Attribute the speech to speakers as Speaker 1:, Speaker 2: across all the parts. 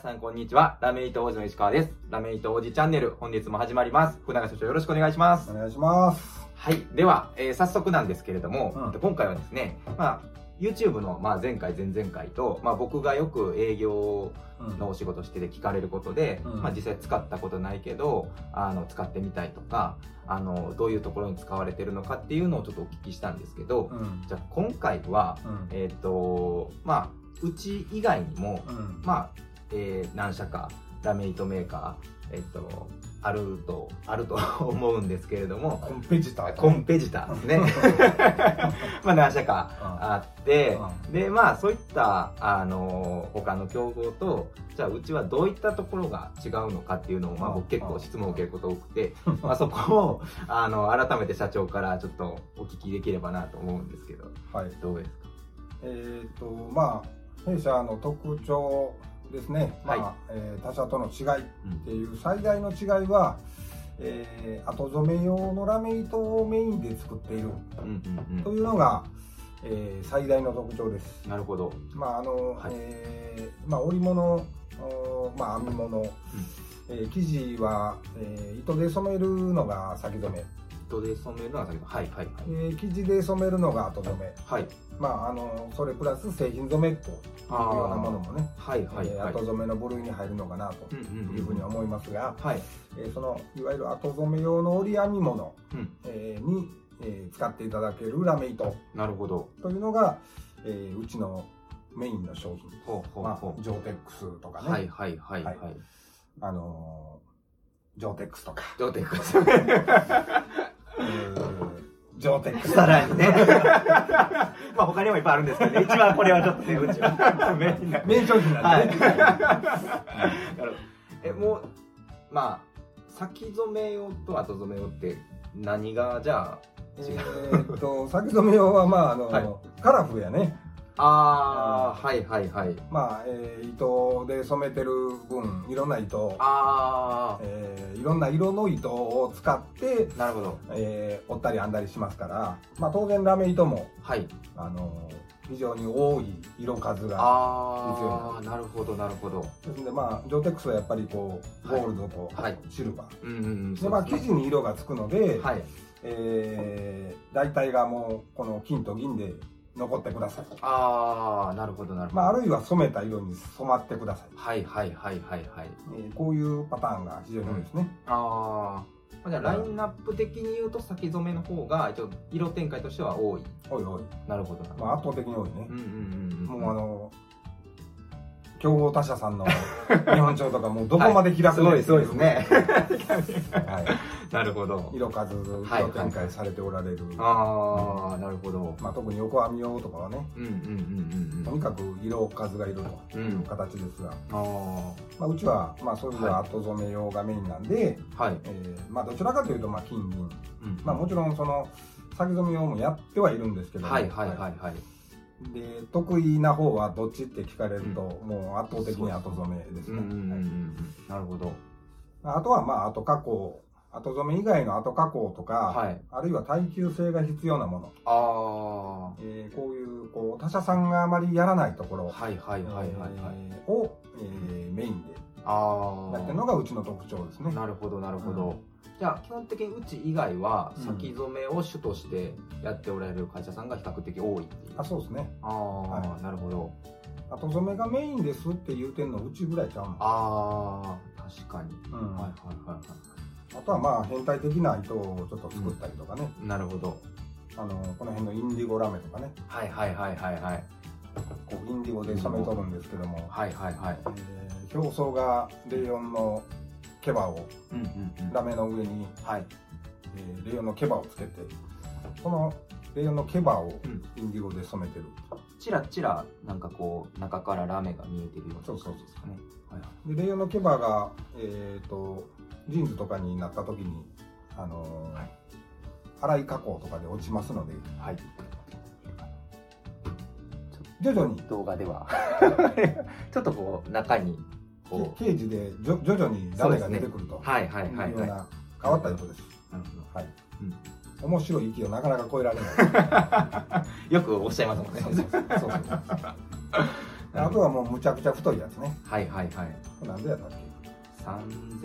Speaker 1: さんこんにちは。ラメイト王子の石川です。ラメイト王子チャンネル、本日も始まります。船川所長よろしくお願いします
Speaker 2: お。願いします。
Speaker 1: はい。では、えー早速なんですけれども、
Speaker 2: うん
Speaker 1: えっと今回はですね、まあ、YouTube の、まあ、前回、前々回と、まあ、僕がよく営業
Speaker 2: うん
Speaker 1: のお仕事してて聞かれることで、
Speaker 2: うん
Speaker 1: まあ、実際使ったことないけど、あの、使ってみたいとか、あの、どういうところに使われてるのかっていうのをちょっとお聞きしたんですけど、
Speaker 2: うん
Speaker 1: じゃあ今回は、
Speaker 2: うん
Speaker 1: えっ、と、まあ、うち以外にも、
Speaker 2: うん
Speaker 1: まあ、えー何社かラメイトメーカー、えっと、あると、あると 思うんですけれども、
Speaker 2: コンペジター
Speaker 1: コンペジターですね。 まあ何社かあって、で、まあそういった、あのー他の競合と、じゃあうちはどういったところが違うのかっていうのを、まあ
Speaker 2: うん
Speaker 1: 僕結構質問を受けること多くて、
Speaker 2: うん
Speaker 1: まあそこを、あの、改めて社長からちょっとお聞きできればなと思うんですけど、
Speaker 2: はい。
Speaker 1: どうですか
Speaker 2: えっ、とまあ弊社の特徴ですね。まあ、
Speaker 1: は
Speaker 2: えー他社との違いっ
Speaker 1: うん
Speaker 2: ていう最大の違いは、えー後染め用のラメ糸をメインで作っている
Speaker 1: うんうん
Speaker 2: というのが、えー最大の特徴です
Speaker 1: う。ん。なるほど。
Speaker 2: まああの、
Speaker 1: はい
Speaker 2: えーまあ織物、おまあ編み物。えー生地は、えー糸で染めるのが先染め、
Speaker 1: 人で染めるのは先ほどはいはいはい。
Speaker 2: えー生地で染めるのが後染め、
Speaker 1: はい。
Speaker 2: まあ、あのそれプラス製品染めというようなものもね、
Speaker 1: はいはい
Speaker 2: えー
Speaker 1: はい。
Speaker 2: 後染めの部類に入るのかなと
Speaker 1: んうん
Speaker 2: いうふうには思いますが、
Speaker 1: はい。
Speaker 2: えーそのいわゆる後染め用の折り編み物、
Speaker 1: うん。
Speaker 2: えーに、えー使っていただけるラメ糸
Speaker 1: なるほど。
Speaker 2: というのが、えーうちのメインの商品、
Speaker 1: ほうほう
Speaker 2: ま
Speaker 1: ほ
Speaker 2: あ、ジョーテックスとか
Speaker 1: う。
Speaker 2: ね、
Speaker 1: はいはいはいはい。
Speaker 2: あのージョーテックスとか、
Speaker 1: どうでくだ
Speaker 2: えージョーテック ス
Speaker 1: さらにね。 まあ他にもいっぱいあるんですけどね。一番これはちょっとね、うちは。メインな。
Speaker 2: 名商品なんで、ね
Speaker 1: なるほどえ、もう、まあ、先染め用と後染め用って何が、じゃ
Speaker 2: えーっと先染め用はまああの、
Speaker 1: はい
Speaker 2: カラフルやね
Speaker 1: あ、あー、はいはいはい。
Speaker 2: まあ、えー糸で染めてる分いろんな糸を、
Speaker 1: あ
Speaker 2: えーいろんな色の糸を使って、
Speaker 1: ー、なるほど。
Speaker 2: えー織ったり編んだりしますから、まあ、当然ラメ糸も、
Speaker 1: はい。
Speaker 2: あの非常に多い色数が
Speaker 1: あー、なるほどなるほど。
Speaker 2: ですのでまあジョーテックスはやっぱりこう
Speaker 1: は
Speaker 2: ゴ
Speaker 1: い
Speaker 2: ールドと
Speaker 1: はい
Speaker 2: シルバー、
Speaker 1: うんうんうん。
Speaker 2: でまあ、生地に色がつくので、
Speaker 1: はい。
Speaker 2: えー大体がもうこの金と銀で残ってください
Speaker 1: ああ、なるほど、なるほど。
Speaker 2: まあ、あるいは染めた色に染まってください、
Speaker 1: はいはいはいはいはい。
Speaker 2: えーこういうパターンが非常に多いですね、
Speaker 1: ああ。じゃあ、ラインナップ的に言うと、先染めの方が、一応、色展開としては多い。
Speaker 2: 多い多い、
Speaker 1: なるほどなるほど。
Speaker 2: まあ、圧倒的に多いね
Speaker 1: う、んうんうん。
Speaker 2: もうあ、の競合他社さんの日本帳とかもうどこまで開
Speaker 1: す
Speaker 2: くの
Speaker 1: ごい、すごいですね。
Speaker 2: は
Speaker 1: なるほど
Speaker 2: い、。色数色
Speaker 1: はい
Speaker 2: 展開されておられる、
Speaker 1: ああ、なるほど。
Speaker 2: まあ、特に横編み用とかはね
Speaker 1: うんうんうんうん
Speaker 2: と
Speaker 1: うん。
Speaker 2: にかく色数がいる
Speaker 1: う。
Speaker 2: というん形ですが、
Speaker 1: あ
Speaker 2: まあ、うちは、まあ、そういうのは後染め用がメインなんで、
Speaker 1: あ。はい。
Speaker 2: えーまあ、どちらかというと、まあ、金銀、
Speaker 1: うん
Speaker 2: まあ、もちろんその先染め用もやってはいるんですけども
Speaker 1: はいはいはいはい。
Speaker 2: で得意な方はどっちって聞かれると、もう圧倒的に後染めです
Speaker 1: うん
Speaker 2: ね、
Speaker 1: うんうんう
Speaker 2: はい
Speaker 1: ん。なるほど。
Speaker 2: あとはまあ後加工後染め以外の後加工とか、
Speaker 1: はい。
Speaker 2: あるいは耐久性が必要なもの、
Speaker 1: ああ。は
Speaker 2: えーこういうこう他社さんがあまりやらないところ、
Speaker 1: いはいはいはいはい。
Speaker 2: えーを、えーメインで
Speaker 1: ああ。
Speaker 2: やってるのがうちの特徴ですね
Speaker 1: なるほどなるほど、じゃあ基本的にうち以外は
Speaker 2: うん
Speaker 1: 先染めを主としてやっておられる会社さんが比較的多いっていう、
Speaker 2: あそうですね
Speaker 1: ああ、
Speaker 2: は
Speaker 1: なるほど
Speaker 2: 後染めがメインですって言うてんのうちぐらいちゃうの
Speaker 1: ああ確かに、
Speaker 2: うん
Speaker 1: はいは
Speaker 2: あ
Speaker 1: いはいは
Speaker 2: とはまあ変態的な糸をちょっと作ったりとかね、
Speaker 1: いなるほど
Speaker 2: あのこの辺のインディゴラメとかね
Speaker 1: はいはいはいはいはい
Speaker 2: こうインディゴで染めとるんですけども、
Speaker 1: はいはいはい
Speaker 2: えー表層がレイオンの毛羽を
Speaker 1: うんうんうん
Speaker 2: ラメの上に、
Speaker 1: はい
Speaker 2: えーレイオンの毛羽をつけてこのレイオンの毛羽を
Speaker 1: うん
Speaker 2: インディゴで染めてる、
Speaker 1: ちらちらなんかこう中からラメが見えてるような
Speaker 2: そうそう
Speaker 1: 感じですかねはいはい
Speaker 2: でレイオンの毛羽が、えー、とジーンズとかになった時に、あのー
Speaker 1: はい
Speaker 2: 粗い加工とかで落ちますので
Speaker 1: はい、
Speaker 2: 徐々に
Speaker 1: 動画では ちょっとこう中にこう
Speaker 2: ケージでじょ徐々にラメが出てくると
Speaker 1: はいはい
Speaker 2: いうよ
Speaker 1: はいは
Speaker 2: う
Speaker 1: いな
Speaker 2: な変わった糸です、
Speaker 1: るほど
Speaker 2: はい
Speaker 1: うん
Speaker 2: 面白い域をなかなか超えられない
Speaker 1: よくおっしゃいますもんね
Speaker 2: そうそうそうそうあとはもうむちゃくちゃ太いやつね
Speaker 1: はいはいはい
Speaker 2: これなんでやったっ
Speaker 1: 3000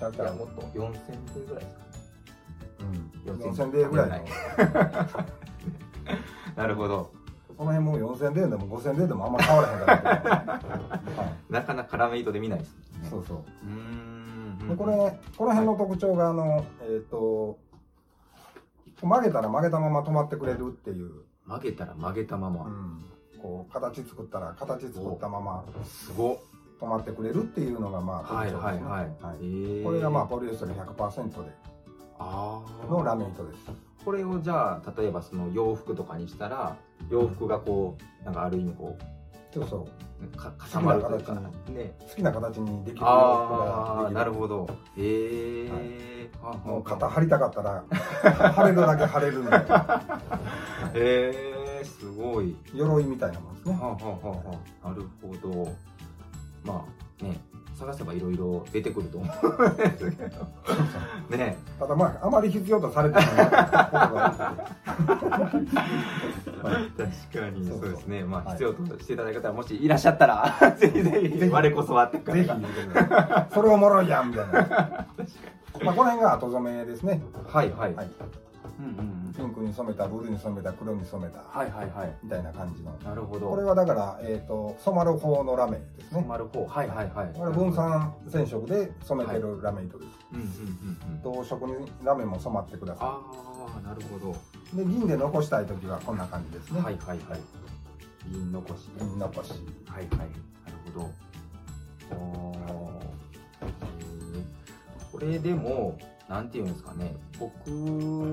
Speaker 2: だ
Speaker 1: い
Speaker 2: か
Speaker 1: や
Speaker 2: ら
Speaker 1: もっと4000分ぐらいですか
Speaker 2: け、うん、
Speaker 1: 4000
Speaker 2: 4000でぐらいの
Speaker 1: なるほど
Speaker 2: この辺もう4000ででも5000ででもあんま変わらへんから、は
Speaker 1: なかなかラメ糸で見ないです
Speaker 2: い、 そうそう
Speaker 1: うーん
Speaker 2: でこれこの辺の特徴があの、えっ、と曲げたら曲げたまま止まってくれるっていう、
Speaker 1: 曲げたら曲げたま
Speaker 2: う
Speaker 1: ま、
Speaker 2: ん、こう形作ったら形作ったまます
Speaker 1: ごっ
Speaker 2: 止まってくれるっていうのがまあ特徴
Speaker 1: はい
Speaker 2: ですね、
Speaker 1: はいはい、
Speaker 2: はい
Speaker 1: えー
Speaker 2: これがまあポリエステル100%で
Speaker 1: あー
Speaker 2: のラメ糸です
Speaker 1: これをじゃあ例えばその洋服とかにしたら洋服がこうなんかある意味こ
Speaker 2: そうそう
Speaker 1: うか固まるというか
Speaker 2: 好きな
Speaker 1: ね
Speaker 2: 好きな形にできる洋服
Speaker 1: あ
Speaker 2: が
Speaker 1: あ
Speaker 2: でき
Speaker 1: なる
Speaker 2: る
Speaker 1: ほどへえ
Speaker 2: もう肩張りたかったら張れるだけ張れるみたいな
Speaker 1: へえすごい
Speaker 2: 鎧みたいなもんですね
Speaker 1: はあはあはあはあなるほどまあね探せばいろいろ出てくると思うんですけどね
Speaker 2: ただまああまり必要とされてないことが多くてはい
Speaker 1: 確かに
Speaker 2: そ
Speaker 1: そう
Speaker 2: そう
Speaker 1: うですねまあ
Speaker 2: はい
Speaker 1: 必要としていただけたらもしいらっしゃったらぜひぜ
Speaker 2: ぜ
Speaker 1: ひ
Speaker 2: ひ
Speaker 1: 我こそはって
Speaker 2: ぜひ言うてください。それおもろいやんみたいな。まあこの辺が後染めですね。
Speaker 1: はいはい
Speaker 2: はい。
Speaker 1: うんうんうん
Speaker 2: ピンクに染めた、ブルーに染めた、黒に染めた
Speaker 1: はいはいはい
Speaker 2: みたいな感じの。
Speaker 1: なるほど
Speaker 2: これはだからえっと染まる方のラメですね。
Speaker 1: 丸方はいはいはい
Speaker 2: これ分散染色で染めてるラメ糸です。
Speaker 1: うんうんうんうん
Speaker 2: 同色にラメも染まってくださ
Speaker 1: ああなるほど
Speaker 2: い。で銀で残したい時はこんな感じですね。
Speaker 1: はいはいはい銀残し
Speaker 2: 銀残し。
Speaker 1: はいはいなるほどおーこれでもなんていうんですかね僕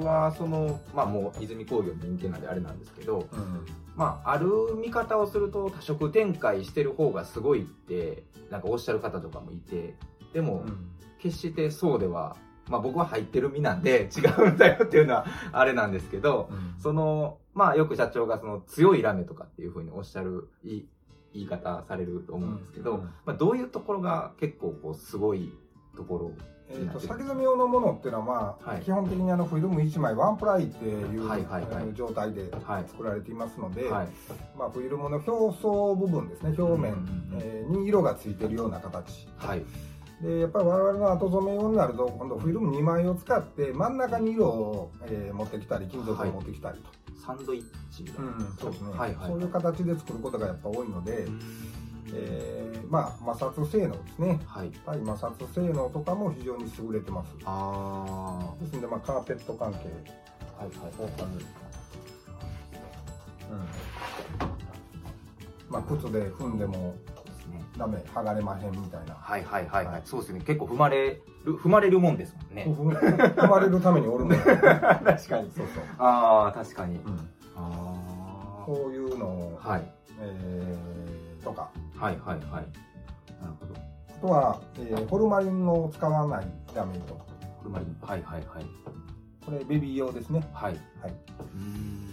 Speaker 1: はそのまあもう泉工業の人間なんであれなんですけど
Speaker 2: うん。
Speaker 1: まあある見方をすると多色展開してる方がすごいってなんかおっしゃる方とかもいてでも、
Speaker 2: うん
Speaker 1: 決してそうでは、まあ、僕は入ってる身なんで違うんだよっていうのはあれなんですけどそのまあよく社長がその強いラメとかっていうふうにおっしゃるいい言い方されると思うんですけど、
Speaker 2: うん
Speaker 1: まあ、どういうところが結構こうすごいところ
Speaker 2: えー、と先染め用のものっていうのは、まあ
Speaker 1: はい
Speaker 2: 基本的にあのフィルム1枚ワンプライっていう、
Speaker 1: はいはいはい
Speaker 2: あの状態で
Speaker 1: はい
Speaker 2: 作られていますので、
Speaker 1: はい
Speaker 2: まあ、フィルムの表層部分ですね表面、
Speaker 1: うん
Speaker 2: えーに色がついてるような形
Speaker 1: はい
Speaker 2: でやっぱり我々の後染め用になると今度フィルム2枚を使って真ん中に色を、えー持ってきたり金属を持ってきたりと、
Speaker 1: サンドイッチみたいな
Speaker 2: うんそうですね、
Speaker 1: はいはい
Speaker 2: そういう形で作ることがやっぱ多いので、えーまあ、摩擦性能ですね
Speaker 1: はい
Speaker 2: 対摩擦性能とかも非常に優れてます
Speaker 1: ああ
Speaker 2: ですので、まあ、カーペット関係、
Speaker 1: はいはい
Speaker 2: まあ、靴で踏んでも
Speaker 1: ですね
Speaker 2: ダメ剥がれまへんみたい な
Speaker 1: はいはいはい、は
Speaker 2: はいい、
Speaker 1: そうですね結構踏まれる踏まれるもんですもんね
Speaker 2: 踏む踏まれるためにおるんだよ
Speaker 1: 確かに
Speaker 2: そうそう、
Speaker 1: ああ確かに
Speaker 2: うん
Speaker 1: あ
Speaker 2: こういうの
Speaker 1: あ
Speaker 2: を、
Speaker 1: はい
Speaker 2: えーとか
Speaker 1: はいはいはいなるほど
Speaker 2: あとは、えーホルマリンを使わないラメ糸
Speaker 1: ホルマリンはいはいはい
Speaker 2: これベビー用ですね、
Speaker 1: はい
Speaker 2: はいう
Speaker 1: ーん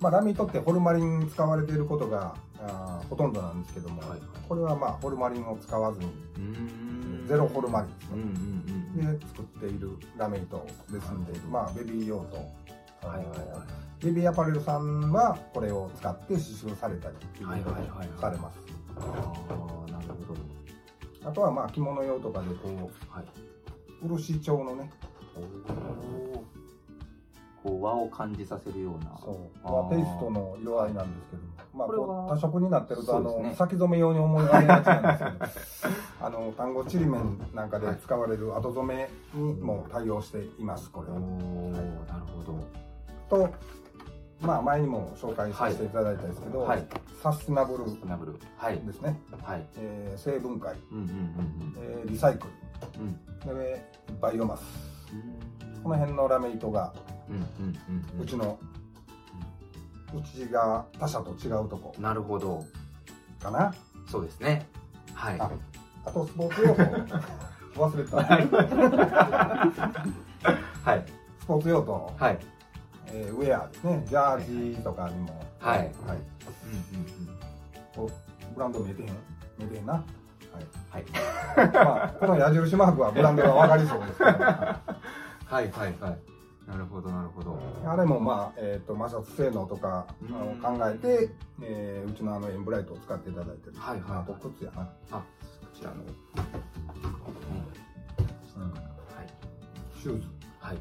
Speaker 2: まあ、ラメ糸ってホルマリン使われていることがあーほとんどなんですけども、
Speaker 1: はいはい
Speaker 2: これはまあホルマリンを使わずに
Speaker 1: うーん
Speaker 2: ゼロホルマリンです
Speaker 1: う
Speaker 2: ね
Speaker 1: ん、うん
Speaker 2: で
Speaker 1: うん
Speaker 2: 作っているラメ糸ですんで、まあ、ベビー用と、
Speaker 1: はいはいは
Speaker 2: ベビーアパレルさんはこれを使って刺繍されたりっていう
Speaker 1: はい
Speaker 2: こ
Speaker 1: はいはいはい
Speaker 2: とされます、
Speaker 1: ああなるほど
Speaker 2: あとはまあ着物用とかでこ
Speaker 1: はいう
Speaker 2: 漆調のね
Speaker 1: おおこう和を感じさせるような
Speaker 2: そう
Speaker 1: あー
Speaker 2: 和テイストの色合いなんですけどまあ
Speaker 1: これは
Speaker 2: こう多色になってるとあ
Speaker 1: そう
Speaker 2: の、
Speaker 1: ですね
Speaker 2: 先染め用に思いがけがちなんで すけどあの単語ちりめんなんかで使われる後染めにも対応していますこれ
Speaker 1: お
Speaker 2: は。
Speaker 1: おなるほど
Speaker 2: とまあ前にも紹介させていただいたんですけど、
Speaker 1: はい
Speaker 2: サスティナブル
Speaker 1: ナブルはい
Speaker 2: ですね、
Speaker 1: はい
Speaker 2: えー成分解、
Speaker 1: うんうんうんうん
Speaker 2: えーリサイク
Speaker 1: うん
Speaker 2: ルでバイオマスこの
Speaker 1: 辺
Speaker 2: 辺のラメ糸が
Speaker 1: うんうんうん
Speaker 2: うちの、うちが他社と違うとこ
Speaker 1: うんなるほど
Speaker 2: かな
Speaker 1: そうですねはい
Speaker 2: ああとスポ ーツ用途忘れてた
Speaker 1: はい
Speaker 2: スポーツ用途、
Speaker 1: はい
Speaker 2: えーウェアですねジャージとかにも
Speaker 1: はい
Speaker 2: はい、おブランド見えてへん見えてへんな
Speaker 1: はい
Speaker 2: まあ、この矢印マークはブランドが分かりそうですけど、
Speaker 1: はいはいはいなるほどなるほど
Speaker 2: あれもまあ、えー、と摩擦性能とか
Speaker 1: うん
Speaker 2: あの考えて、えーうちのあのエンブライトを使っていただいてる、
Speaker 1: はいはい
Speaker 2: まあ、と靴やな、
Speaker 1: あこちらの、ね、はい
Speaker 2: シューズ
Speaker 1: はい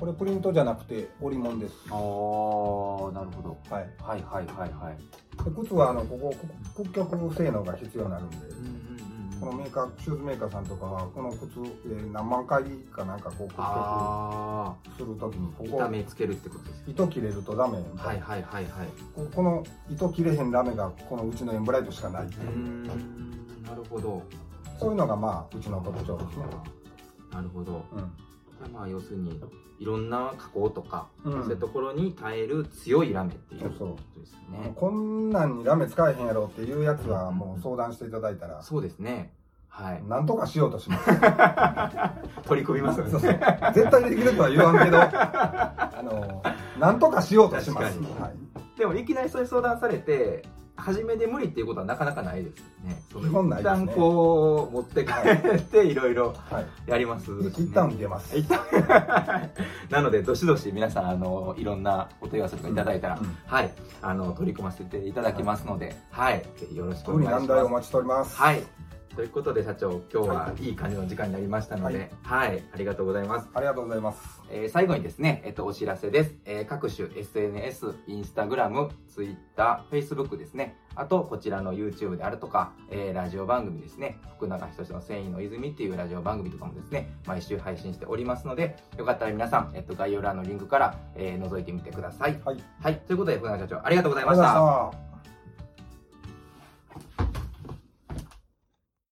Speaker 2: これプリントじゃなくて織物です、
Speaker 1: あーなるほど
Speaker 2: はい、
Speaker 1: はいはいはいはい
Speaker 2: で靴はあのここ屈曲性能が必要になるんで
Speaker 1: うんうんうんう
Speaker 2: この
Speaker 1: ん
Speaker 2: メーカーシューズメーカーさんとかはこの靴、えー何万回かなんかこう屈
Speaker 1: あ
Speaker 2: 曲するときにこ
Speaker 1: ー
Speaker 2: こ
Speaker 1: 痛めつけるってことですね
Speaker 2: 糸切れるとダメみたいな、
Speaker 1: はいはいはいはい
Speaker 2: ここの糸切れへんラメがこのうちのエンブライトしかない、
Speaker 1: うーんなるほど
Speaker 2: そういうのがまあうちの特徴ですね、
Speaker 1: なるほど
Speaker 2: うん
Speaker 1: まあ要するにいろんな加工とか、
Speaker 2: うん
Speaker 1: そういうところに耐える強いラメっていう
Speaker 2: そう
Speaker 1: こ
Speaker 2: そう
Speaker 1: とです
Speaker 2: もう
Speaker 1: ね
Speaker 2: こんなんにラメ使えへんやろっていうやつはもう相談していただいたら、
Speaker 1: そうですねはい
Speaker 2: なんとかしようとします。
Speaker 1: 取り組みますよ
Speaker 2: そう
Speaker 1: ね
Speaker 2: そう絶対できるとは言わんけど、あの、なんとかしようとします。
Speaker 1: 確かに
Speaker 2: はい
Speaker 1: でもいきなりそれ相談されて初めで無理っていうことはなかなかないですよねその
Speaker 2: 基本ないですね
Speaker 1: 一旦こう持って帰っていろいろ
Speaker 2: はい。
Speaker 1: やります、ね、
Speaker 2: 一旦出ます。
Speaker 1: 一旦なのでどしどし皆さんあのいろんなお問い合わせとかいただいたら、
Speaker 2: うん
Speaker 1: はいあの取り組ませていただきますのではい、ぜひよろしくお
Speaker 2: 特
Speaker 1: 願い
Speaker 2: に
Speaker 1: します
Speaker 2: 難題をお待ちしております。
Speaker 1: はい。ということで社長、今日はいい感じの時間になりましたので、はい、ありがとうございます。
Speaker 2: ありがとうございます。
Speaker 1: えー最後にですね、えっと、お知らせです。えー各種 SNS、インスタグラム、ツイッター、Facebook ですね。あと、こちらの YouTube であるとか、えーラジオ番組ですね。福永仁の繊維の泉っていうラジオ番組とかもですね、毎週配信しておりますので、よかったら皆さん、えっと、概要欄のリンクから、えー覗いてみてください。
Speaker 2: はい。あり
Speaker 1: はい。ということで、福永社長、ありがとうござい
Speaker 2: がとうご
Speaker 1: まし
Speaker 2: ざい
Speaker 1: た。
Speaker 2: ました。